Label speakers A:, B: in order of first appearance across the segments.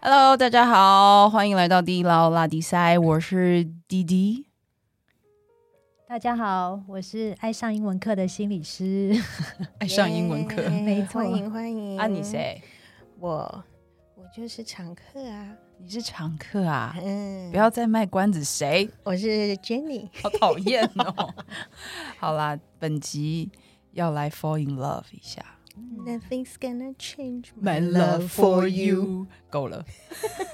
A: Hello，大家好，欢迎来到地牢拉迪塞，我是滴滴。
B: 大家好，我是爱上英文课的心理师。
A: 爱上英文课
C: 耶
B: 嗯没错
C: 欢迎欢迎。
A: 啊，你？谁？
C: 我我就是常客啊。
A: 你是常客啊！
C: 嗯，
A: 不要，再卖关子，谁？
C: 我是 Jenny。
A: 好讨厌哦！ 好啦，本集要来 fall in love 一下
B: 嗯
C: Nothing's gonna change
A: you。够了，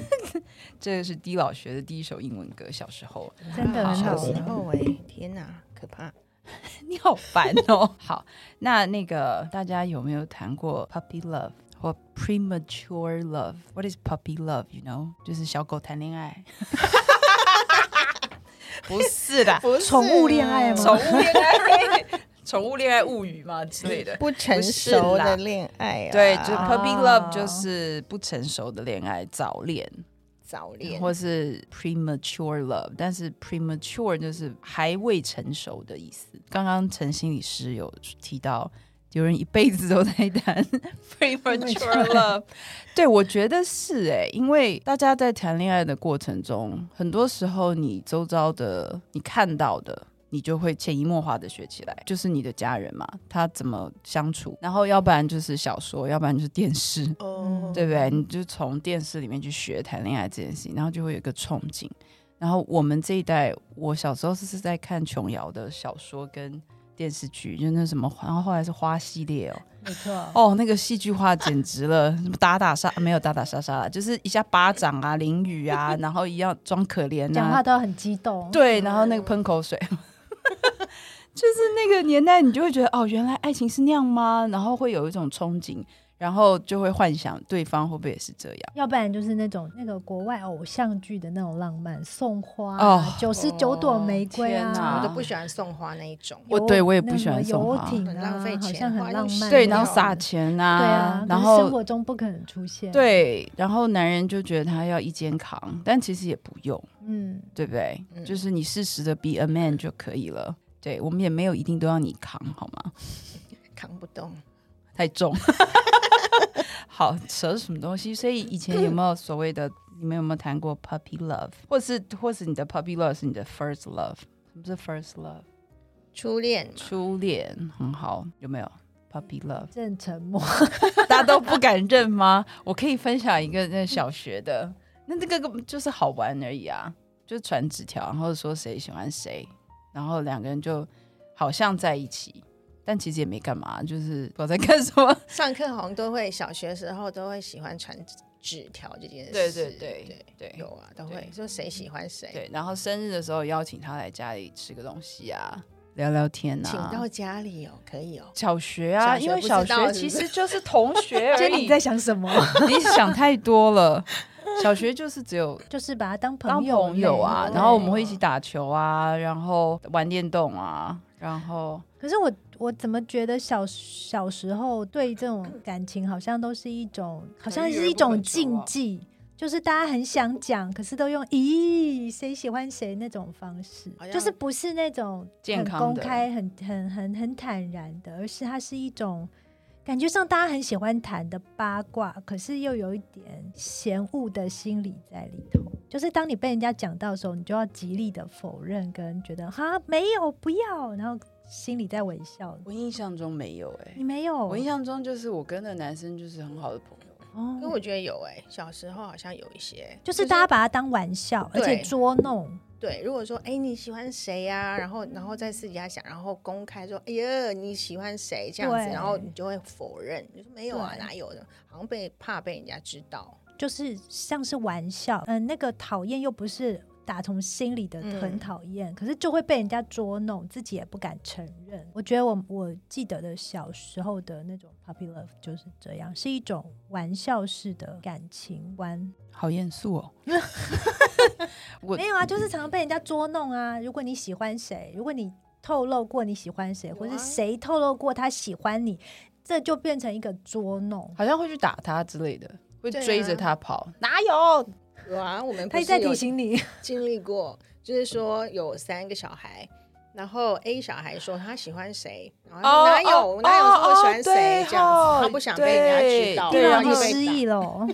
A: 这是低老学的第一首英文歌，小时候。
B: 真的很
C: 小
B: 好
C: 时
B: 听
C: 候哎，天哪，可怕！
A: 你好烦哦。 好，那那个大家有没有谈过 puppy love 或 premature love？What is puppy love？You know，就是小狗谈恋爱。 不是的，
C: 不是
B: 宠物恋爱
A: 宠
B: 吗
A: 物恋爱， 宠物恋爱物语嘛之类的。
C: 不成熟的恋爱啊，
A: 对，就 puppy love
B: 哦
A: 就是不成熟的恋爱，早恋，
C: 早恋，
A: 或是 premature love，但是 premature 就是还未成熟的意思。刚刚陈心理师有提到，有人一辈子都在谈 premature love，对我觉得是哎、因为大家在谈恋爱的过程中，很多时候你周遭的、你看到的。你就会潜移默化的学起来，就是你的家人嘛，他怎么相处，然后要不然就是小说，要不然就是电视，
C: 哦，
A: 对不对？你就从电视里面去学谈恋爱这件事情，然后就会有一个憧憬。然后我们这一代，我小时候是是在看琼瑶的小说跟电视剧，就那什么，然后后来是花系列哦，
B: 没错，
A: 哦，那个戏剧化简直了，什么打打杀没有打打杀杀啦，就是一下巴掌啊、淋雨啊，然后一样装可怜
B: 讲
A: 啊
B: 话，都很激动。
A: 对，然后那个喷口水， 就是那个年代，你就会觉得哦，原来爱情是那样吗？然后会有一种憧憬，然后就会幻想对方会不会也是这样。
B: 要不然就是那种那个国外偶像剧的那种浪漫，送花
A: 哦
B: 啊，九十九
C: 哦
B: 朵玫瑰
A: 天
B: 啊，
A: 哪
C: 我都不喜欢送花那一种，
A: 我
B: 游
A: 对我也不喜
B: 那
A: 欢
B: 个
A: 送花
B: 游艇
C: 很
B: 啊，
C: 浪费钱
B: 好像
C: 花
B: 很
C: 又
B: 浪
C: 是
B: 漫。
A: 对，
C: 没
A: 然后
C: 有
A: 撒钱啊，
B: 对啊，
A: 然
B: 可是生
A: 后
B: 活中不可能出现。，
A: 对，然后男人就觉得他要一肩扛，但其实也不用，
B: 嗯，
A: 对不对？
C: 嗯
A: 就是你适时的 be a man 就可以了。对我们也没有一定都要你扛，好吗？
C: 扛不动。
A: 太重。 好，扯什么东西？所以以前有没有所谓的？你们有没有谈过 puppy love，或是或是你的 puppy love 是你的 first love？什么是 first love？
C: 初恋嘛，
A: 初恋，很好，有没有 puppy love？
B: 正沉默。
A: 大家都不敢认吗？我可以分享一个那小学的，那这个根本就是好玩而已啊，就是传纸条，然后说谁喜欢谁，然后两个人就好像在一起，但其实也没干嘛，就是不知道在干什么。
C: 上课好像都会，小学时候都会喜欢传纸条这件事，
A: 对对对 对
C: 有啊，都会
A: 对
C: 说谁
B: 嗯
C: 喜欢谁，
A: 对，然后生日的时候邀请他来家里吃个东西啊，聊聊天
C: 请
A: 啊
C: 到。家里哦，可以哦。
A: 小学啊，
C: 小学
A: 因为
C: 不知
A: 小
C: 道
A: 学
C: 是
A: 其
C: 不是
A: 实就是同学 而
B: 就
A: 已
B: 你，在想什么？
A: 你想太多了。 小学就是只有
B: 就是把他当
A: 当
B: 朋友
A: 朋友啊，
B: 类
A: 然后我们会一起打球啊，然后玩电动啊，然后
B: 可是我我怎么觉得小小时候对这种感情好像都是一种，好像是一种禁忌，就是大家很想讲，可是都用“咦，谁喜欢谁”那种方式
C: 好，像
B: 就是不是那种
A: 健
B: 很
A: 康的
B: 公开、很很很很坦然的，而是它是一种感觉上大家很喜欢谈的八卦，可是又有一点嫌恶的心理在里头。就是当你被人家讲到的时候，你就要极力的否认，跟觉得哈没有不要，然后心里在微笑。
A: 我印象中没有哎、
B: 你没有？啊
A: 我印象中就是我跟那男生就是很好的朋友，
B: 哦
C: 因为我觉得有哎、小时候好像有一些，
B: 就是大家把它当玩笑，而
C: 对
B: 且捉弄。
C: 对，如果说哎、你喜欢谁呀、然后然后在私底下想，然后公开说哎呀你喜欢谁这样子，
B: 对
C: 然后你就会否认，你说没有啊，
B: 对
C: 哪有的，好像被怕被人家知道，
B: 就是像是玩笑，嗯、那个讨厌又不是打从心里的
C: 嗯
B: 很讨厌，可是就会被人家捉弄，自己也不敢承认。我觉得我我记得的小时候的那种 puppy love 就是这样，是一种玩笑式的感情玩。
A: 好严肃哦。我
B: 没有啊，就是常常被人家捉弄啊。如果你喜欢谁，如果你透露过你喜欢谁，
C: 有啊
B: 或是谁透露过他喜欢你，这就变成一个捉弄。
A: 好像会去打他之类的，会
C: 对啊
A: 追着他跑，哪有？
C: 有啊，我们不
B: 他一
C: 是
B: 直在
C: 有
B: 提醒你，
C: 经历过，就是说有三个小孩，然后 A 小孩说他喜欢谁，然后
A: 哦
C: 他说哪有、
A: 哦
C: 哪有说我喜
A: 哦
C: 欢谁、
A: 对
C: 这样
A: 哦
C: 子，他不想被人家知道，
A: 对
B: 对
A: 然
B: 啊，
C: 然
B: 你
C: 后
A: 后
C: 就被
B: 失忆
C: 打。
B: 了。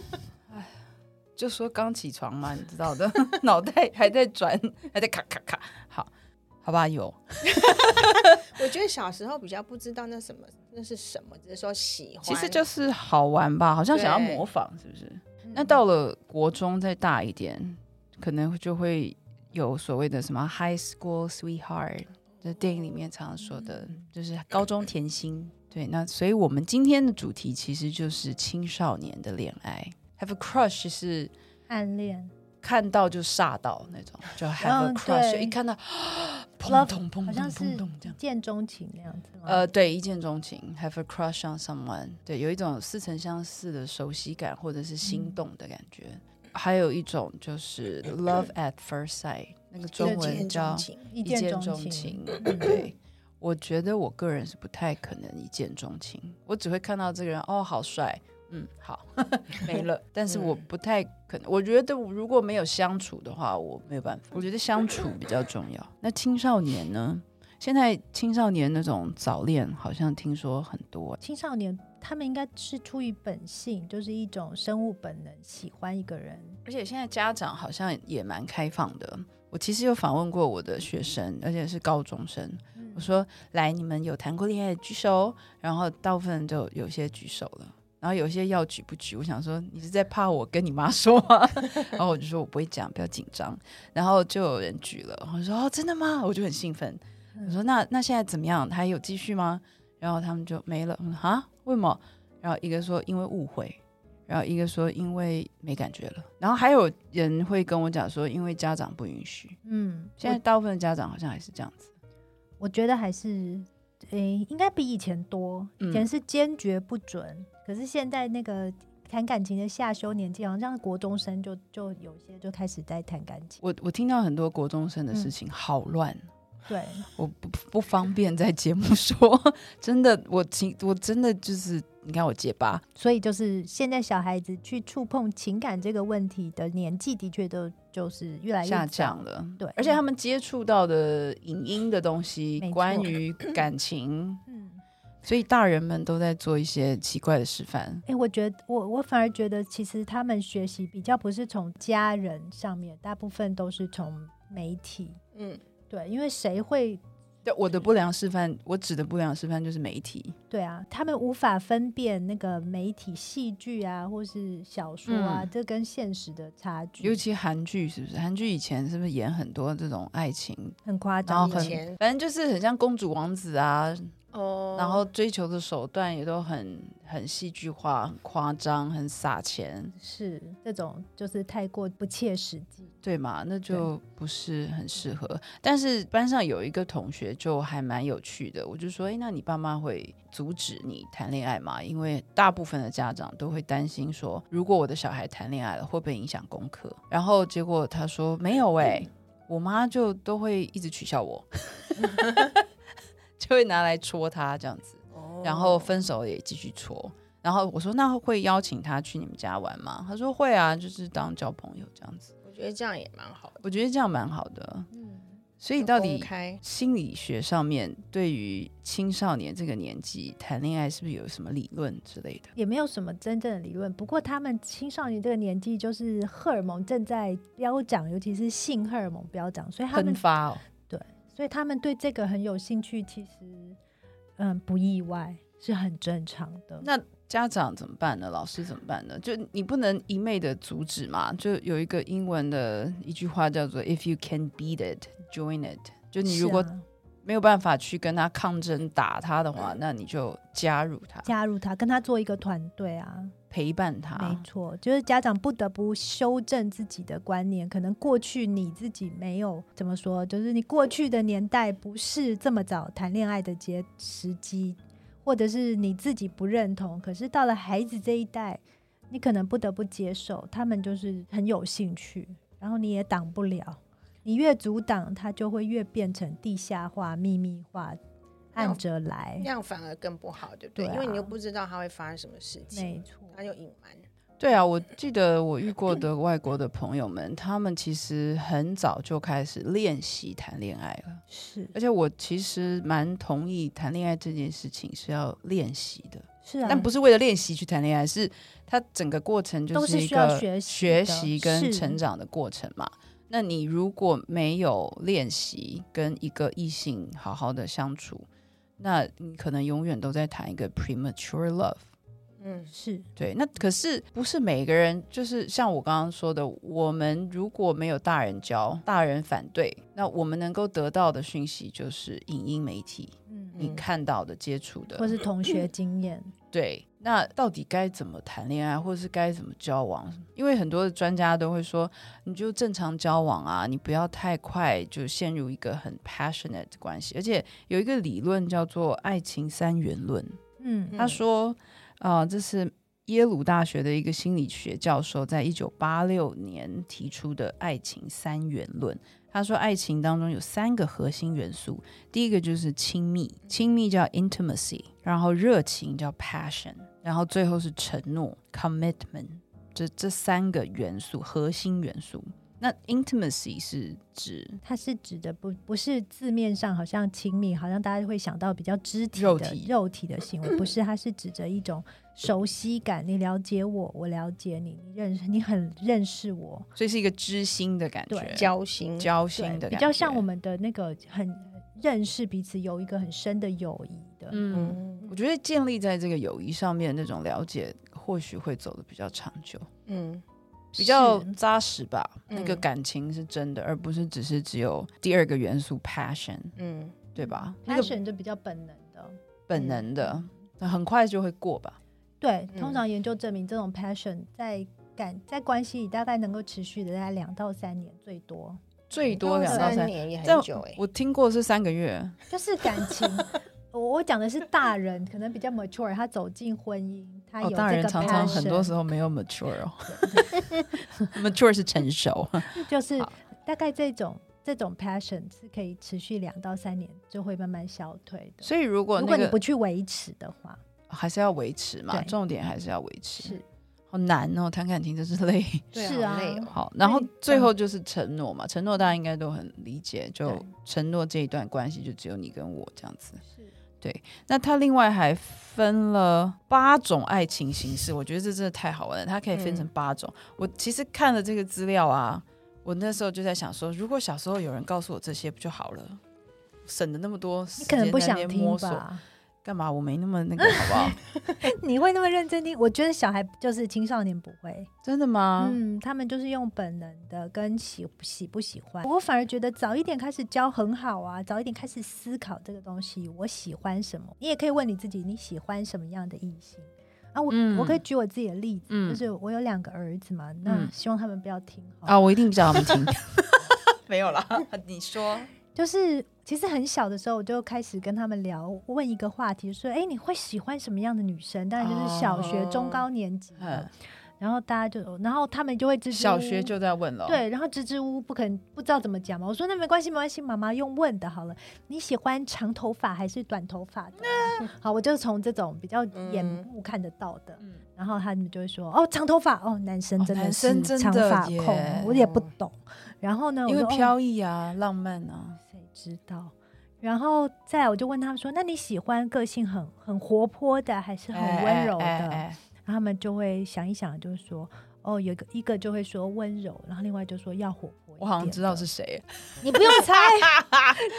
A: 就说刚起床嘛，你知道的， 脑袋还在转，还在咔咔咔。好，好吧，有
C: 我觉得小时候比较不知道那什么那是什么，只是说喜欢。
A: 其实就是好玩吧，好像想要
C: 对
A: 模仿，是不是？
C: 嗯
A: 那到了国中再大一点，可能就会有所谓的什么 high school sweetheart，这电影里面常常说的，
B: 嗯
A: 就是高中甜心。对，那所以我们今天的主题其实就是青少年的恋爱，have a crush 是
B: 暗恋
A: 看到就吓到那种，就 have a
B: 嗯
A: crush，、
B: 对
A: 一看到， 砰
B: Love-
A: 咚砰
B: 好
A: 咚
B: 像
A: 砰
B: 是
A: 咚这样。
B: 见钟情那样子吗？
A: 呃，对，一见钟情，have a crush on someone，对，有一种似曾相识的熟悉感，或者是
C: 嗯
A: 心动的感觉。还有一种就是 love at first sight，那个中
C: 一见
A: 文
C: 钟
A: 叫
C: 情，
B: 一
A: 一见
B: 见
A: 钟
B: 情，
A: 情。嗯对， 我觉得我个人是不太可能一见钟情，我只会看到这个人哦，好帅，嗯， 好，没了。但是我不太可能，我觉得我如果没有相处的话，我没有办法。我觉得相处比较重要。那青少年呢？现在青少年那种早恋好像听说很多，
B: 青少年他们应该是出于本性，就是一种生物本能，喜欢一个人。
A: 而且现在家长好像也蛮开放的。我其实有访问过我的学生，而且是高中生，我说：“来，你们有谈过恋爱的举手。”然后大部分就有些举手了，然后有些要举不举。我想说，你是在怕我跟你妈说吗？ 然后我就说我不会讲，不要紧张。然后就有人举了，我说：“哦，真的吗？”我就很兴奋。我说：“那那现在怎么样？还有继续吗？”然后他们就没了。我说：“啊，为什么？”然后一个说：“因为误会。”然后一个说：“因为没感觉了。”然后还有人会跟我讲说：“因为家长不允许。”
B: 嗯，
A: 现在大部分的家长好像还是这样子。
B: 我觉得还是，诶、应该比以前多。以前
A: 嗯
B: 是坚决不准，可是现在那个谈感情的下修年纪，好像国中生就就有些就开始在谈感情。
A: 我我听到很多国中生的
B: 嗯
A: 事情，好乱，哦
B: 对，
A: 我不不方便在节目说。 真的，我情我真的就是，你看我结巴，
B: 所以就是现在小孩子去触碰情感这个问题的年纪，的确都就是越来越
A: 下
B: 早
A: 降。了。
B: 对
A: 而且他们接触到的影音的东西
B: 没，错
A: 关于感情，
B: 嗯，
A: 所以大人们都在做一些奇怪的示范。
B: 哎、我觉得我我反而觉得，其实他们学习比较不是从家人上面，大部分都是从媒体。
C: 嗯，
B: 对，因为谁会
A: 对我的不良示范，我指的不良示范就是媒体。
B: 对啊，他们无法分辨那个媒体、戏剧啊，或是小说啊，
A: 嗯
B: 这跟现实的差
A: 尤
B: 距
A: 其韩剧是不是？韩剧以前是不是演很多这种爱情，
B: 很夸
A: 然后
B: 张。
A: 很
C: 嗯以前
A: 反正就是很像公主王子啊，
C: 哦，
A: 然后追求的手段也都很很戏剧化、很夸张、很撒钱，
B: 是这种就是太过不切实际。
A: 对嘛？那就不是很适合。但是班上有一个同学就还蛮有趣的，我就说：“哎，那你爸妈会阻止你谈恋爱吗？因为大部分的家长都会担心说，如果我的小孩谈恋爱了，会不会影响功课？”然后结果他说：“没有哎、我妈就都会一直取笑我，就会拿来戳他这样子。”
C: 哦
A: 然后分手也继续戳。然后我说：“那会邀请他去你们家玩吗？”他说：“会啊，就是当交朋友这样子。
C: 我觉得这样也蛮好的”。
A: 我觉得这样蛮好的。
B: 嗯，
A: 所以到
C: 公
A: 底
C: 开
A: 心理学上面对于青少年这个年纪谈恋爱是不是有什么理论之类的？
B: 也没有什么真正的理论。不过他们青少年这个年纪，就是荷尔蒙正在飙涨，尤其是性荷尔蒙飙涨，所以他
A: 喷
B: 们
A: 发哦，
B: 所以他们对这个很有兴趣，其实嗯不意外，是很正常的。
A: 那家长怎么办呢？老师怎么办呢？就你不能一昧的阻止嘛。就有一个英文的一句话叫做 “If you can beat it, join it”，就你如果
B: 是啊
A: 没有办法去跟他抗争、打他的话，那你就加入他，
B: 加入他，跟他做一个团队啊，
A: 陪伴
B: 没
A: 他。
B: 错，就是家长不得不修正自己的观念，可能过去你自己没有怎么说，就是你过去的年代不是这么早谈恋爱的节时机，或者是你自己不认同，可是到了孩子这一代，你可能不得不接受，他们就是很有兴趣，然后你也挡不了，你越阻挡，他就会越变成地下化、秘密化，按着来
C: 那，样反而更不好，对不对？
B: 对啊
C: 因为你又不知道他会发生什么事情，
B: 没错。
C: 他就隐瞒。
A: 对啊，我记得我遇过的外国的朋友们，他们其实很早就开始练习谈恋爱了。
B: 是
A: 而且我其实蛮同意谈恋爱这件事情是要练习的，
B: 是啊，
A: 但不是为了练习去谈恋爱，是它整个过程就
B: 都是
A: 一
B: 需要
A: 个
B: 学习
A: 学
B: 的
A: 习跟
B: 是
A: 成长的过程嘛。那你如果没有练习跟一个异性好好的相处，那你可能永远都在谈一个 premature love。
C: 嗯，
B: 是
A: 对，那可是不是每个人，就是像我刚刚说的，我们如果没有大人教，大人反对，那我们能够得到的讯息就是影音媒体，
B: 嗯，
A: 你
C: 嗯
A: 看到的、接触的，嗯
B: 或是同学经验，
A: 对，那到底该怎么谈恋爱，或是该怎么交往？因为很多的专家都会说，你就正常交往啊，你不要太快就陷入一个很 passionate 的关系。而且有一个理论叫做爱情三元论，
B: 嗯
C: 嗯
A: 他说，啊，这是耶鲁大学的一个心理学教授在一九八六年提出的爱情三元论。他说，爱情当中有三个核心元素，第一个就是亲密，
B: 嗯
A: 亲密叫 intimacy，然后热情叫 passion，然后最后是承诺 commitment。这这三个元素，核心元素。那 intimacy 是指
B: 它是指的不不是字面上好像亲密，好像大家会想到比较肢体的
A: 肉体
B: 肉体的行为，不是，它是指着一种熟悉感，你了解我，我了解你，你认识你很认识我，
A: 所以是一个知心的感
B: 对
A: 觉，
C: 交心，
A: 交
B: 对
A: 心的感觉，
B: 比较像我们的那个很认识彼此有一个很深的友谊的，
A: 嗯。
C: 嗯
A: 我觉得建立在这个友谊上面那种了解，或许会走得比较长久，
C: 嗯
A: 比较
B: 是
A: 扎实吧。
C: 嗯
A: 那个感情是真的，而不是只是只有第二个元素 passion，
C: 嗯，
A: 对吧？那
B: 他
A: 个
B: 选就比较本能的。
A: 本
B: 嗯
A: 能的，那很快就会过吧。
B: 对，
C: 嗯
B: 通常研究证明，这种 passion 在感在关系里大概能够持续的大概两到三年最多，
A: 最多两到
C: 三
A: 三，
C: 年也很
A: 但
C: 久哎，
A: 我听过是三个月。
B: 就是感 情。我我讲的是大人，可能比较 mature，他走进婚姻，他有
A: 哦，
B: 这个 passion，、
A: 大人常常很多时候没有 mature 哦，mature 是成熟。
B: 就是
A: 好
B: 大概这种这种 passion 是可以持续两到三年，就会慢慢消退的。
A: 所以如果那
B: 如果你
A: 个
B: 不去维持的话，
A: 还是要维持嘛，
B: 对
A: 重点还是要维持。
B: 是
A: 好难哦，谈感情真是累。
C: 对
B: 是啊
C: 好累哦
A: 好，然后
B: 对
A: 最
B: 嗯
A: 后就是承诺嘛，承诺大家应该都很理解，就
B: 对
A: 承诺这一段关系就只有你跟我这样子。
B: 是
A: 那他另外还分了八种爱情形式，我觉得这真的太好玩了，它可以分成
C: 嗯
A: 八种。我其实看了这个资料啊，我那时候就在想说，如果小时候有人告诉我这些不就好了，省了那么多时
B: 你可
A: 间
B: 能不
A: 在那
B: 想
A: 边
B: 听
A: 摸索，
B: 吧？
A: 干嘛？我没那么那个，好不好？
B: 你会那么认真听？我觉得小孩就是青少年不会。
A: 真的吗？
B: 嗯，他们就是用本能的跟喜喜不喜欢。我反而觉得早一点开始教很好啊，早一点开始思考这个东西，我喜欢什么。你也可以问你自己，你喜欢什么样的异性啊？我、
A: 嗯
B: 我可以举我自己的例子，
A: 嗯
B: 就是我有两个儿子嘛，那
A: 嗯
B: 希望他们不要听哈。
A: 啊，我一定叫他们 听。没有啦，你说
B: 就是其实很小的时候，我就开始跟他们聊，问一个话题，说，哎，你会喜欢什么样的女生？当然就是小学、中
A: 哦
B: 高年级的
A: 嗯
B: 然后大家就，然后他们就会支支
A: 小
B: 吾
A: 学
B: 吾
A: 就在问了，，
B: 对，然后支支吾吾不肯不知道怎么讲嘛。我说那没关系，没关系，妈妈用问的好了。你喜欢长头发还是短头发的？啊好，我就从这种比较眼
C: 嗯
B: 部看得到的，
A: 嗯
B: 然后他们就会说哦，长头发哦，男生
A: 哦
B: 真的
A: 男
B: 是
A: 生真
B: 长
A: 的
B: 发
A: 耶
B: 控，我也不懂。然后呢，我
A: 因为
B: 说哦
A: 飘逸啊，浪漫啊。
B: 谁知道？然后再来我就问他们说，那你喜欢个性很很活泼的，还是很温柔的？
A: 哎哎哎
B: 然后他们就会想一想，就是说，哦，有一个一个就会说温柔，然后另外就说要活泼一点的。
A: 我好像知道是谁，
B: 你不用 猜，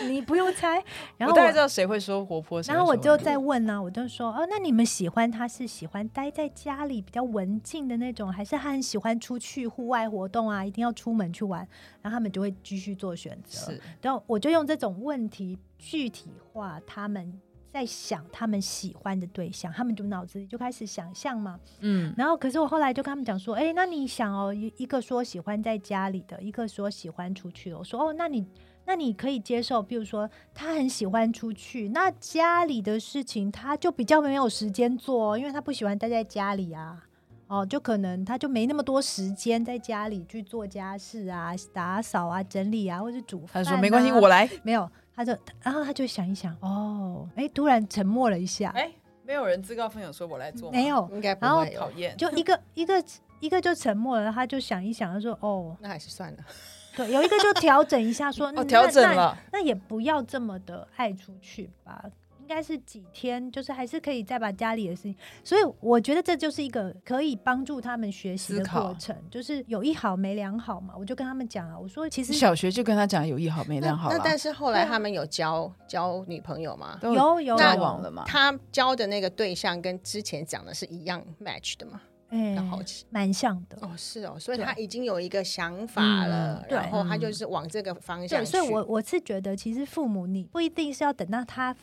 B: 你不用猜。然
A: 我
B: 后
A: 大概知
B: 我，
A: 道谁会说活泼，谁
B: 然后
A: 会说
B: 我就
A: 温柔
B: 在问呢、我就说，哦，那你们喜欢他是喜欢待在家里比较文静的那种，还是他很喜欢出去户外活动啊，一定要出门去玩？然后他们就会继续做选择。
A: 是
B: 然后我就用这种问题具体化他们。在想他们喜欢的对象，他们就脑子里就开始想象嘛。
A: 嗯
B: 然后，可是我后来就跟他们讲说，哎，那你想哦，一一个说喜欢在家里的，一个说喜欢出去的。我说，哦，那你那你可以接受，比如说他很喜欢出去，那家里的事情他就比较没有时间做哦，因为他不喜欢待在家里啊。哦，就可能他就没那么多时间在家里去做家事啊、打扫啊、整理啊，或者煮
A: 他
B: 饭、
A: 说没关系，我。来。
B: 没有，他就然后他就想一想，哦，哎，突然沉默了一下，
A: 哎哎，没有人自告奋勇说我来做，
B: 没，有，
C: 应该不
B: 然后
C: 会 哦
A: 讨厌。
B: 就一个一个一个就沉默了，他就想一想，他说哦，
C: 那还是算了。
B: 对，有一个就调整一下说，
A: 哦，
B: 嗯
A: 调
B: 那
A: 整
B: 那
A: 了，
B: 那也不要这么的爱出去吧，应该是几天，就是还是可以再把家里的事情。所以我觉得这就是一个可以帮助他们学习的
A: 思考
B: 过程，就是有一好没两好嘛。我就跟他们讲啊，我说其实
A: 小学就跟他讲有一好没
C: 那
A: 两好
C: 那
A: 了，
C: 但是后来
B: 对啊
C: 他们有交交女朋友吗？
A: 都
B: 有有
A: 交
B: 有
A: 往了嘛？
C: 他交的那个对象跟之前讲的是一样 match 的吗？
B: 哎
C: 很好奇。
B: 蛮像的。
C: 哦，是哦，所以
A: 对
C: 他已经有一个想法了
A: 嗯，
B: 对
C: 然后他
A: 嗯
C: 就是往这个方向
B: 对，
C: 去。
B: 所以我我是觉得，其实父母你不一定是要等到他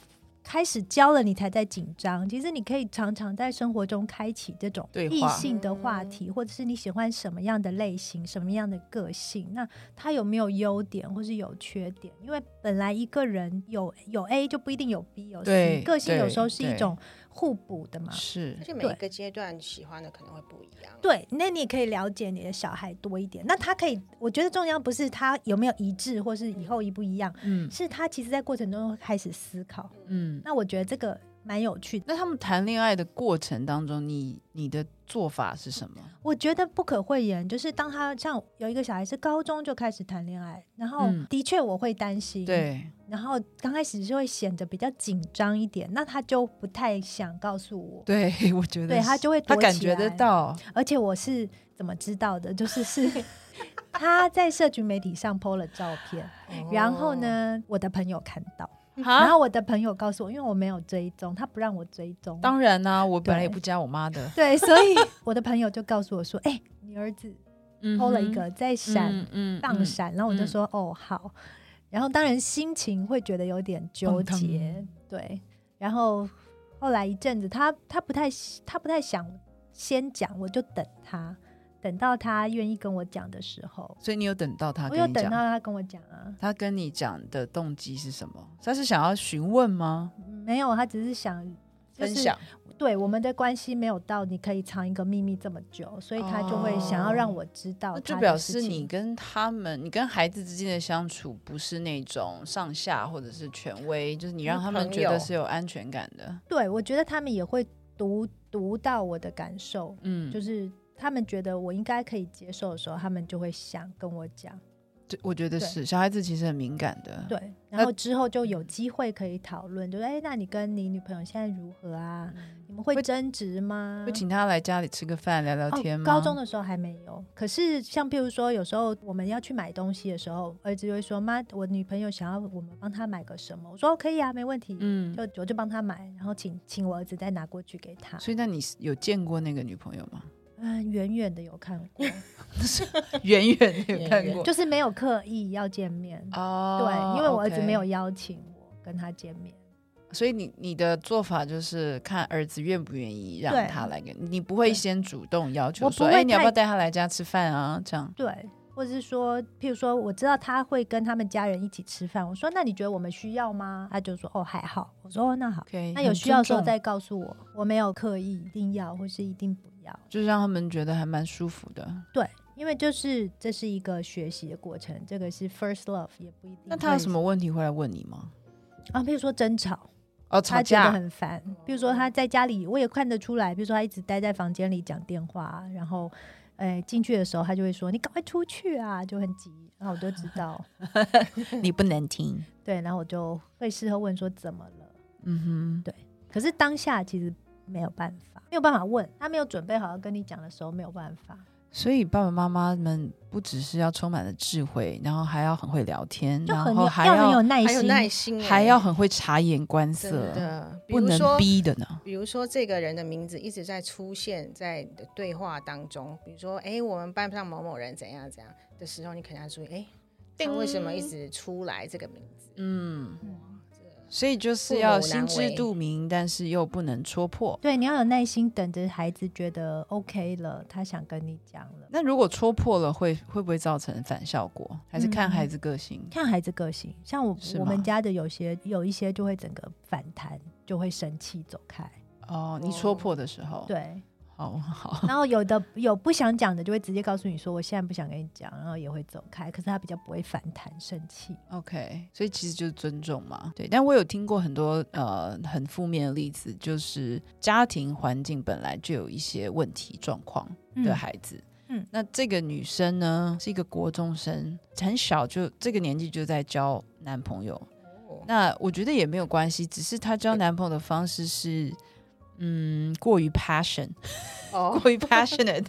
B: 开始教了你才在紧张，其实你可以常常在生活中开启这种
A: 对
B: 异
A: 话
B: 性的话题，或者是你喜欢什么样的类型、什么样的个性，那他有没有优点或是有缺点？因为本来一个人有有 A 就不一定有 B 有 C，
A: 对
B: 个性有时候
A: 对
B: 是一
A: 对
B: 种互补的嘛。
A: 嗯是
C: 而且每
B: 对
C: 一个阶段喜欢的可能会不一样。
B: 对，那你也可以了解你的小孩多一点。那他可以，我觉得重要不是他有没有一致，或是以后一不一样，
A: 嗯
B: 是他其实在过程中会开始思考。
A: 嗯。
B: 那我觉得这个蛮有趣的。
A: 那他们谈恋爱的过程当中，你你的做法是什么？
B: 我觉得不可讳言，就是当他像有一个小孩是高中就开始谈恋爱，然后
A: 嗯
B: 的确我会担心，，
A: 对，
B: 然后刚开始就会显得比较紧张一点，那他就不太想告诉我，
A: 对 我觉得
B: 对他
A: 是
B: 就会
A: 他
B: 躲
A: 感
B: 起
A: 觉得
B: 来
A: 到，
B: 而且我是怎么知道的？就 是是他在社群媒体上 PO 了照片，
A: 哦
B: 然后
C: 哦
B: 呢，我的朋友看到，然
A: 啊，
B: 后我的朋友告诉我，因为我没有追踪，他不让我追踪，
A: 当然啦、我本来也
B: 对
A: 不加我妈的，
B: 对，所以我的朋友就告诉我说：“哎、你儿子
A: 嗯
B: 偷了一
A: 哼
B: 个在闪、
A: 嗯嗯
B: 放
A: 嗯
B: 闪。”然后我就
A: 嗯
B: 说：“哦，好。”然后当然心情会觉得有点纠
A: 蹦腾
B: 结，对。然后后来一阵子，他他不太他不太想先讲，我就等他，等到他愿意跟我讲的时候，
A: 所以你有等到他
B: 我有
A: 跟你
B: 等到
A: 讲，
B: 他跟我讲啊，
A: 他跟你讲的动机是什么？他是想要询问吗？
B: 嗯没有，他只是想。就是、
A: 分享，
B: 对我们的关系没有到你可以藏一个秘密这么久，所以他就会想要让我知道
A: 哦那
B: 他的事
A: 就
B: 情。
A: 表示你跟他们，你跟孩子之间的相处不是那种上下或者是权威，就是你让他们
C: 朋
A: 觉得
C: 友
A: 是有安全感的。
B: 对，我觉得他们也会读读到我的感受，
A: 嗯，
B: 就
A: 就是
B: 他们觉得我应该可以接受的时候，他们就会想跟我讲。
A: 嗯我觉得
B: 对
A: 是小孩子其实很敏感的。
B: 对，然后之后就有
A: 嗯
B: 机会可以讨论，就是哎，那你跟你女朋友现在如何啊？你们会
A: 嗯会
B: 争执吗？
A: 会请他来家里吃个饭，聊聊
B: 啊哦
A: 天吗？
B: 高中的时候还没有，可是像比如说，有时候我们要去买东西的时候，儿子就会说：“妈，我女朋友想要我们帮她买个什么。”我说：“哦可以啊，没问题。
A: 嗯，
B: 就我就帮她买，然后请请我儿子再拿过去给她。
A: 所以那你是有见过那个女朋 友吗？
B: 嗯，远远的有看过，
A: 远远的有
C: 远
A: 看
C: 远
A: 过，
B: 就是没有刻意要见面。
A: 哦，
B: 对，因为我儿子
A: OK
B: 没有邀请我跟他见面。
A: 所以你你的做法就是看儿子愿不愿意让
B: 对
A: 他来给你，你不会
B: 对
A: 先主动要求
B: 我不
A: 说，
B: 会
A: 哎，你要不
B: 太
A: 要带他来家吃饭啊？这样
B: 对，或者是说，譬如说，我知道他会跟他们家人一起吃饭，我说：“那你觉得我们需要吗？”他就说：“哦，还好。”我说：“哦，那好。”
A: ，OK，
B: 那
A: 很
B: 有需要的时候
A: 尊重
B: 再告诉我，我没有刻意一定要或是一定不要。
A: 就是让他们觉得还蛮舒服的。
B: 对，因为就是这是一个学习的过程，这个是 first love，也不一定会。
A: 那他有什么问题会来问你吗？
B: 啊？譬如说争吵，
A: 哦，
B: 他
A: 吵
B: 觉得
A: 架，
B: 很烦。比如说他在家里，我也看得出来，比如说他一直待在房间里讲电话，然后。哎，进去的时候他就会说：“你赶快出去啊！”就很急，然后我就知 道，
A: 你不能听。
B: 对，然后我就会事后问说：“怎么了？”
A: 嗯
B: 对可是当下其实没有办法，没有办法问，他没有准备好要跟你讲的时候，没有办法。
A: 哼，所以爸爸妈妈们不只是要充满了智慧，然后还要很会聊天，
B: 就
A: 然
B: 很
A: 后
B: 有
A: 还
B: 要很有耐
C: 还有
B: 心，
C: 耐心欸，
A: 还要很会察言观
C: 真
A: 色，
C: 的，比
A: 不
C: 如
A: 能
C: 说。
A: 逼的呢。
C: 比如说，这个人的名字一直在出现在你的对话当中。比如说，哎，我们班上某某人怎样怎样的时候，你可能要注意，哎，他为什么一直出来这个名字？
A: 嗯
B: 嗯，
A: 所以就是要心知肚明，但是又不能戳破。
B: 对，你要有耐心，等着孩子觉得 OK 了，他想跟你讲了。
A: 那如果戳破了会，会不会造成反效果？还是看
B: 嗯
A: 孩子个性？
B: 看孩子个性，像我
A: 是
B: 我
A: 吗
B: 们家的有些有一些就会整个反弹，就会生气走开。
A: 哦，你戳破的时候，，
B: 对，
A: 好好，
B: 然后有的有不想讲的，就会直接告诉你说我现在不想跟你讲，然后也会走开。可是他比较不会反弹生气，
A: OK，所以其实就是尊重嘛，对。但我有听过很多呃很负面的例子，就是家庭环境本来就有一些问题状况的孩子。
B: 嗯嗯
A: 那这个女生呢是一个国中生，很小就这个年纪就在交男朋友。
C: 哦
A: 那我觉得也没有关系，只是她交男朋友的方式是，嗯，过于 passion，
C: 哦，
A: 过于 passionate，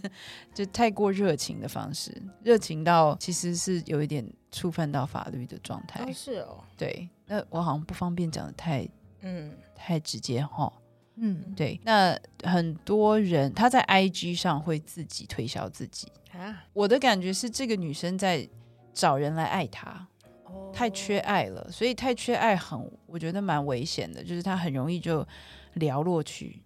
A: 就 太过热情的方式，热情到其实是有一点触犯到法律的状态。
C: 哦是哦，
A: 对，那我好像不方便讲的太
C: 嗯，
A: 太直接哈。
B: 嗯，
A: 对，那很多人她在 IG 上会自己推销自己，
C: 啊，
A: 我的感觉是这个女生在找人来爱她，
C: 哦
A: 太缺爱了，所以太缺爱很，我觉得蛮危险的，就是她很容易就寥落去，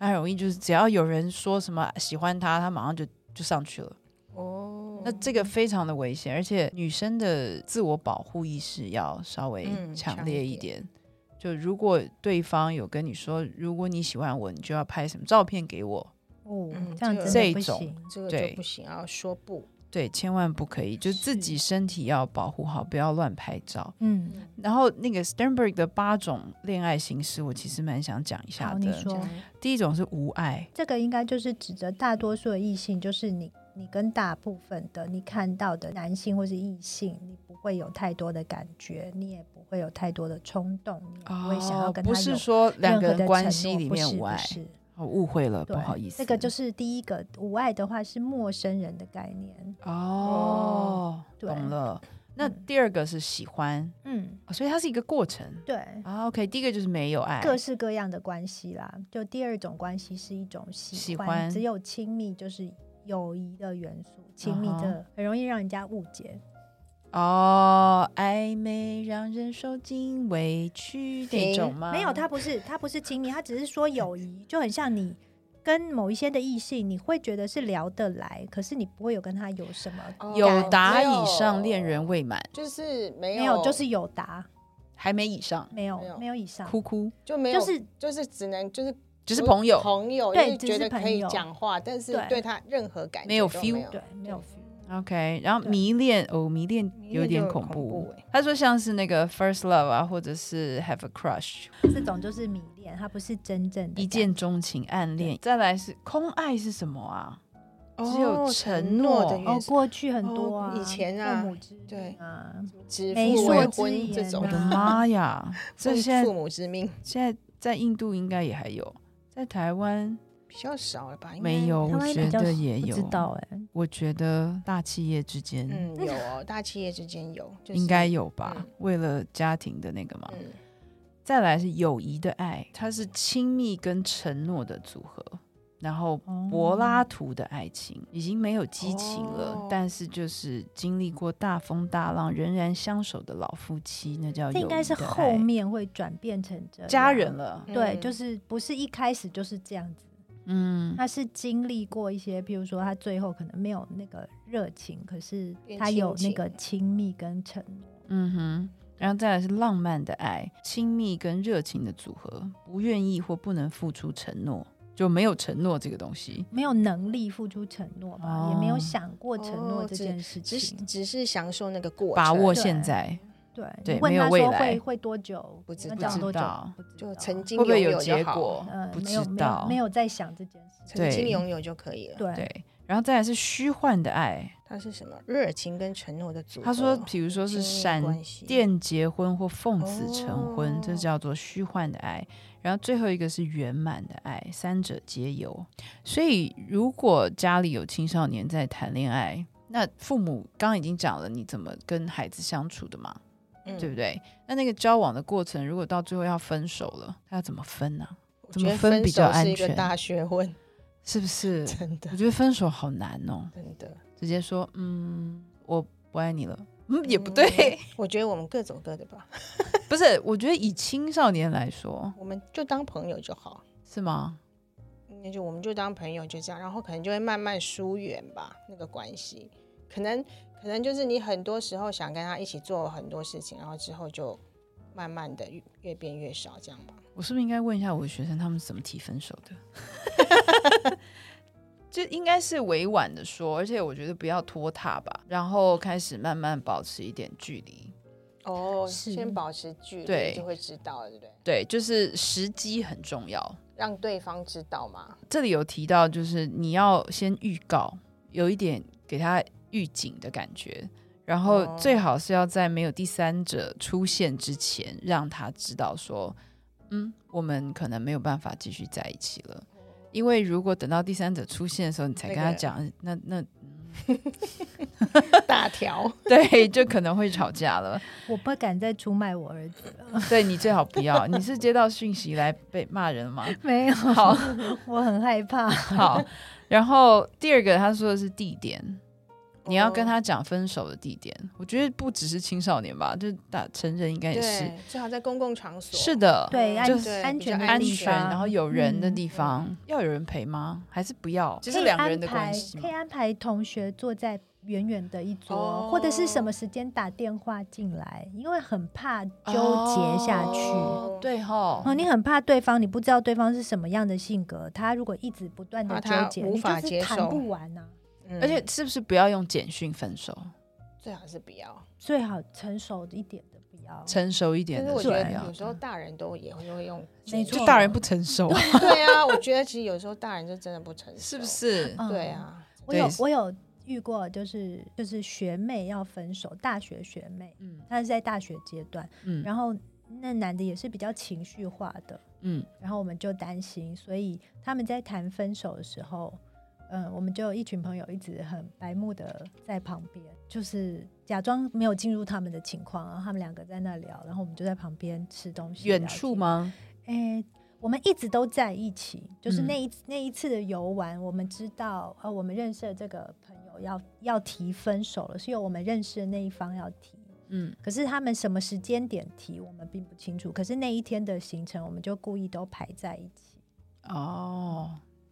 A: 她很容易就是只要有人说什么喜欢她，她马上就就上去了。
C: 哦，
A: 那这个非常的危险，而且女生的自我保护意识要稍微
C: 嗯
A: 强
C: 强
A: 烈
C: 一
A: 一
C: 点
A: 点。就如果对方有跟你说，如果你喜欢我，你就要拍什么照片给我，
B: 哦，
C: 嗯
B: 这样
C: 这
B: 真
A: 这
B: 的不
A: 种
B: 行。
C: 这个
A: 对
C: 就不行，要说不，
A: 对，千万不可以，就自
B: 是
A: 己身体要保护好，不要乱拍照。
B: 嗯，
A: 然后那个 Sternberg 的八种恋爱形式，我其实蛮想讲一下
B: 好，你
A: 的。
B: 说
C: 这样
A: 第一种是无爱，
B: 这个应该就是指责大多数的异性，就是你，你跟大部分的你看到的男性或是异性，你不会有太多的感觉，你也不会有太多的冲动，你也不会想要
A: 哦
B: 跟他
A: 不
B: 有
A: 是说两
B: 任
A: 个
B: 何的
A: 人关
B: 承
A: 系
B: 诺
A: 里
B: 不
A: 面
B: 是
A: 无
B: 不
A: 爱，
B: 是
A: 我误会了，不
B: 对
A: 好意思。
B: 这个就是是第一个无爱的话是陌生人的概念，
A: 哦，
B: 对
A: 懂了。那
B: 嗯
A: 第二个是喜欢，
B: 嗯，
A: 哦所以它是一个过程。
B: 对，
A: 啊，OK，第一个就是没有爱，
B: 各式各样的关系啦。就第二种关系是一种喜
A: 喜
B: 欢，
A: 欢
B: 只有亲密就是友谊的元素，亲密
A: 嗯哼
B: 的很容易让人家误解。
A: 哦，暧昧让人受尽委屈那种吗？
B: 没有，他不是，他不是亲密，他只是说 友谊，就很像你。跟某一些的异性，你会觉得是聊得来，可是你不会有跟他有什么感，
C: 哦
A: 有
C: 感
A: 答
C: 没
A: 以上恋
C: 有
A: 人未满，
C: 就是没
B: 没有，就是有答，
A: 还没以上，
B: 没有
C: 没，有
B: 没有以上，
A: 哭哭，
C: 就没有，
B: 就是
C: 就是只能就是
A: 只是
C: 如
A: 朋友，
C: 朋友，
B: 对
C: 就是
B: 只
C: 觉
B: 是
C: 得
B: 朋
C: 可以
B: 友
C: 讲话，但是
B: 对
C: 对他任何感觉
A: 没有
C: 都
A: feel
B: 对，没有 feel。
A: OK，然后
B: 对
A: 迷恋哦，迷恋
C: 迷
A: 有
C: 恋
A: 点
C: 就
A: 恐
C: 恐怖欸
A: 他说像是那个 first love 啊，或者是 have a crush，
B: 这种就是迷恋，它不是真正的
A: 一
B: 感
A: 见钟情、暗恋。再来是空爱是什么 啊？只有
C: 哦
A: 承
C: 承
A: 诺
C: 的
A: 哦
B: 哦
C: 元，素，
B: 过去很多啊，
C: 哦以前啊
B: 父母之命啊，
C: 指
B: 媒
C: 腹
A: 妁
C: 为
A: 之
C: 婚这
B: 言
A: 我
C: 种，
A: 的
B: 啊
A: 妈 呀！这
C: 奉
A: 现
C: 父
A: 在
C: 母之命
A: 现在在印度应该也还有，在台湾
C: 比较少了吧？应
A: 没
C: 该
A: 有，
B: 台湾
A: 我觉
B: 比较
A: 得也
B: 不
A: 有。
B: 知道哎、
A: 我觉得大企业之间
C: 嗯，有哦，大企业之间有，就是
A: 应该有吧，
C: 嗯
A: 为了家庭的那个嘛。
C: 嗯，
A: 再来是友谊的爱，它是亲密跟承诺的组合。然后
B: 哦
A: 柏拉图的爱情已经没有激情了，
C: 哦
A: 但是就是经历过大风大浪仍然相守的老夫妻，那叫
B: 这应该是
A: 友谊的爱
B: 后面会转变成这样
A: 家人。了。
B: 对，
C: 嗯
B: 就是不是一开始就是这样子，
A: 嗯，
B: 他是经历过一些，譬如说他最后可能没有那个热情，可是
C: 变
B: 他有那个
C: 亲
B: 亲密跟承诺。
A: 嗯哼，然后再来是浪漫的爱、亲密跟热情的组合，不愿意或不能付出承诺，就没有承诺这个东西。
B: 没有能力付出承诺吧，也没有
A: 哦
B: 想过承诺
C: 哦
B: 这件事
C: 只是
B: 情。
C: 只是享受那个过
A: 把
C: 程
A: 握
B: 对
A: 现在
B: 对，你
A: 对
B: 问
A: 没有
B: 他
A: 未
B: 说
A: 来
B: 会会多久？
C: 不知
B: 那
C: 道
B: 讲多
A: 不
B: 久
A: 知道？
B: 不知
C: 就
B: 道
C: 曾经
A: 会不会
C: 拥有就
A: 结
C: 好
A: 果？
B: 呃，
A: 不
B: 没
A: 知
B: 有没
A: 道
B: 有，没有在想这件事情。
A: 对
C: 曾经拥有就可以了。
B: 对，
A: 对。然后再来是虚幻的爱，
C: 它是什么？热情跟承诺的组合。
A: 他说，
B: 哦
A: 比如说是
C: 亲密
A: 闪
C: 关系
A: 电结婚或奉子成婚，这
C: 哦
A: 叫做虚幻的爱。然后最后一个是圆满的爱，三者皆有。所以如果家里有青少年在谈恋爱，那父母刚刚已经讲了你怎么跟孩子相处的嘛，
C: 嗯
A: 对不对？那那个交往的过程，如果到最后要分手了，他要怎么分呢、
C: 我
A: 怎么
C: 觉得
A: 分
C: 分
A: 比较
C: 手是一
A: 安
C: 个
A: 全
C: 大学问，
A: 是不是？
C: 真的
A: 我觉得分手好难哦，
C: 真的。
A: 直接说嗯，我不爱你了，嗯，也不对，
C: 嗯我觉得我们各走各的吧，
A: 不是？我觉得以青少年来说，
C: 我们就当朋友就好。
A: 是吗？
C: 那就我们就当朋友就这样，然后可能就会慢慢疏远吧，那个关系，可能可能就是你很多时候想跟他一起做很多事情，然后之后就慢慢的越越变越少这样吧。
A: 我是不是应该问一下我的学生他们是怎么提分手的？就应该是委婉的说，而且我觉得不要拖沓吧，然后开始慢慢保持一点距离。
C: 哦，
B: 是
C: 先保持距
A: 对
C: 离就会知道了，对不对？
A: 对，就是时机很重要。
C: 让对方知道嘛。
A: 这里有提到，就是你要先预告，有一点给他预警的感觉，然后
C: 哦
A: 最好是要在没有第三者出现之前，让他知道说，嗯，我们可能没有办法继续在一起了。因为如果等到第三者出现的时候，你才跟他
C: 那个
A: 讲， 那那
C: 大条，
A: 对，就可能会吵架了。
B: 我不敢再出卖我儿子了，
A: 对你最好不要。你是接到讯息来被骂人吗？
B: 没有，
A: 好
B: 我很 害怕。
A: 好，然后第二个他说的是地点， 你要跟
C: 哦
A: 他讲分手的地点。我觉得不只是青少年吧，就是大成人应该也是。
C: 对，最好在公共场所。
A: 是，的，
B: 对，安
A: 就是
B: 安全的
C: 比较
A: 安
B: 地
A: 全，
B: 方
A: 然后有人的
B: 嗯
A: 地方，要有人陪吗？还是不要？就
B: 可
A: 是
B: 以
A: 两个
B: 安
A: 人的关
B: 排
A: 系
B: 可以
A: 嘛。哦
B: 安排同学坐在远远的一桌，或者是什么时间打电话进来，因为很怕纠结下去。哦
A: 哦对吼，
B: 你很怕对方，你不知道对方是什么样的性格，他如果一直不断的
C: 怕
B: 纠
C: 他
B: 结，
C: 无
B: 你
C: 法
B: 就是
C: 接
B: 谈
C: 受
B: 不完啊呐、
C: 嗯
A: 而且是不是不要用简讯分手？
C: 最好是不要。
B: 最好成熟一点的不要。
A: 成熟一
C: 就
A: 点
C: 是
A: 的
C: 我
A: 是
C: 觉
A: 不
C: 得
A: 要
C: 有时候大人都也会会用，
B: 没错
A: 就大人不成熟，
C: 对啊，我觉得其实有时候大人就真的不成熟，
A: 是不？是？
B: 嗯
C: 对，啊，
B: 我有
A: 对
B: 我有遇过，就是就是学妹要分手，大学学妹，
A: 嗯
B: 她是在大学阶段，
A: 嗯
B: 然后那男的也是比较情绪化的，
A: 嗯，
B: 然后我们就担心，所以他们在谈分手的时候，嗯，我们就有一群朋友一直很白目的在旁边，就是假装没有进入他们的情况，然后他们两个在那聊，然后我们就在旁边吃东西。啊
A: 远处？吗？
B: 哎、我们一直都在一起，就是
A: 嗯
B: 那一、那一次的游玩，我们知道，呃，我们认识的这个朋友要要提分手了，是由我们认识的那一方要提。
A: 嗯
B: 可是他们什么时间点提，我们并不清楚。可是那一天的行程，我们就故意都排在一起，
A: 哦，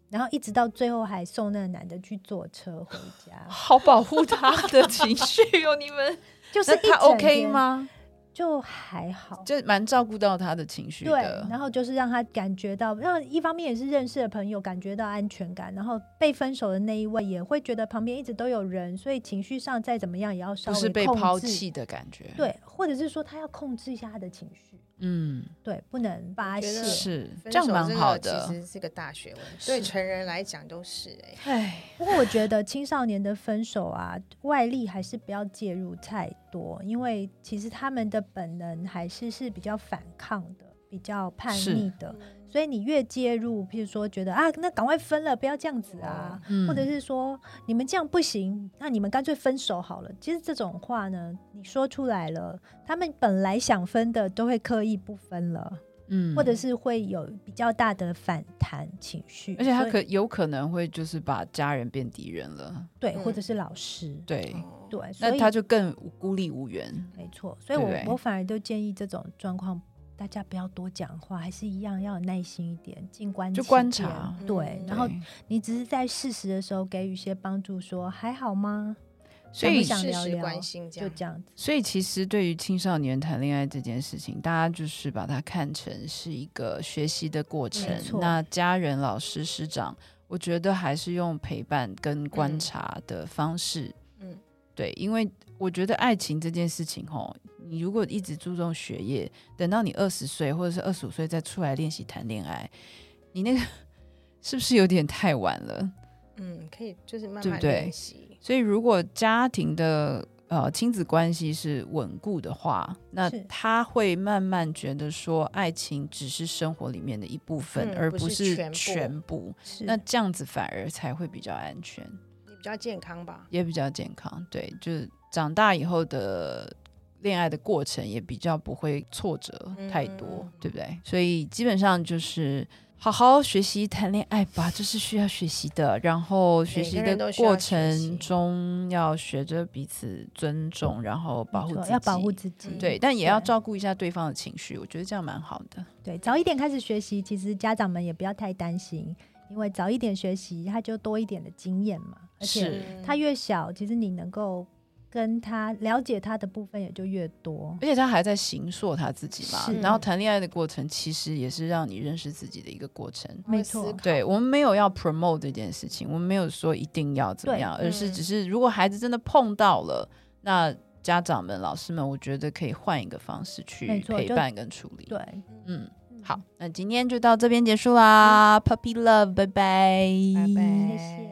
B: 然后一直到最后还送那个男的去坐车回家，
A: 好保护他的情绪哦，你们。
B: 就是
A: 那
B: 一
A: 他
B: 整
A: OK
B: 天？
A: 吗？
B: 就还好。
A: 就蛮照顾到他的情绪
B: 对，
A: 的。
B: 然后就是让他感觉到，让一方面也是认识的朋友感觉到安全感，然后被分手的那一位也会觉得旁边一直都有人，所以情绪上再怎么样也要稍
A: 不
B: 微
A: 是被
B: 控
A: 抛
B: 制
A: 弃，的感觉。，
B: 对，或者是说他要控制一下他的情绪，
A: 嗯，
B: 对，不能发
C: 觉
B: 泄
C: 得。
A: 是这
C: 分手
A: 样蛮
C: 个
A: 好
C: 其
A: 的。
C: 实是个大学问，嗯对成人来讲都是哎。
A: 哎，
B: 不过我觉得青少年的分手啊，外力还是不要介入太多，因为其实他们的本能还是是比较反抗的，比较叛逆的。所以你越介入，譬如说觉得啊，那赶快分了，不要这样子啊，
A: 嗯
B: 或者是说你们这样不行，那你们干脆分手好了。其实这种话呢，你说出来了，他们本来想分的都会刻意不分了，
A: 嗯
B: 或者是会有比较大的反弹情绪，
A: 而且他
B: 所以
A: 可有可能会就是把家人变敌人了。
B: 对，
C: 嗯
B: 或者是老师。
A: 对，
C: 哦
B: 对，所
A: 那
B: 以
A: 他就更孤立无援。
B: 没错，所以
A: 对
B: 我
A: 不对
B: 我反而都建议这种状况，大家不要多讲话，还是一样要有耐心一点，静观
A: 就
B: 其
A: 观
B: 变
A: 察
B: 对，
C: 嗯
B: 然后
A: 对
B: 你只是在适时的时候给予一些帮助说还好吗？
A: 所
B: 不
A: 以
B: 想
C: 事
B: 聊
C: 实
B: 聊
C: 关心这
B: 就
C: 样，
B: 这样子。
A: 所以其实对于青少年谈恋爱这件事情，大家就是把它看成是一个学习的过程
B: 没。错
A: 那家人、老师、师长，我觉得还是用陪伴跟
B: 嗯
A: 观察的方式。嗯
C: 嗯，
A: 对，因为我觉得爱情这件事情，吼，你如果一直注重学业，等到你二十岁或者是二十五岁再出来练习谈恋爱，你那个是不是有点太晚了？
C: 嗯，可以就是慢
A: 对不
C: 慢
A: 对
C: 练习。
A: 所以，如果家庭的呃亲子关系是稳固的话，那
B: 是
A: 他会慢慢觉得说，爱情只是生活里面的一部分，
C: 嗯
A: 而
C: 不
A: 不
C: 是
A: 是
C: 全部
A: 全部。
B: 是
A: 那这样子反而才会比较安全，
C: 你比较健康吧？
A: 也比较健康。对，就是长大以后的恋爱的过程也比较不会挫折太多，
C: 嗯
A: 对不对？所以基本上就是。好好学习谈恋爱吧，这是需要学习的。然后学
C: 每个
A: 习
C: 人
A: 的
C: 都需
A: 过
C: 要学习
A: 程中，要学着彼此尊重，然后保护
B: 没
A: 自
B: 错
A: 己，
B: 要保护自己，
C: 嗯
A: 对，但也要
B: 对
A: 照顾一下对方的情绪。我觉得这样蛮好的。
B: 对，早一点开始学习，其实家长们也不要太担心，因为早一点学习，他就多一点的经验嘛，而且
A: 是
C: 嗯
B: 他越小，其实你能够跟他了解他的部分也就越多。
A: 而且他还在形塑他自己嘛
B: 是。
A: 然后谈恋爱的过程其实也是让你认识自己的一个过程。
B: 没
C: 会
B: 错
C: 思考
A: 对我们没有要 promote 这件事情，我们没有说一定要怎么样，
C: 对
A: 而是
C: 嗯
A: 只是如果孩子真的碰到了，那家长们、老师们，我觉得可以换一个方式去
B: 没错
A: 陪
B: 就
A: 伴跟处理。
B: 对，
A: 嗯，好，那今天就到这边结束啦，Puppy Love，拜拜，
C: 拜拜
B: 谢谢。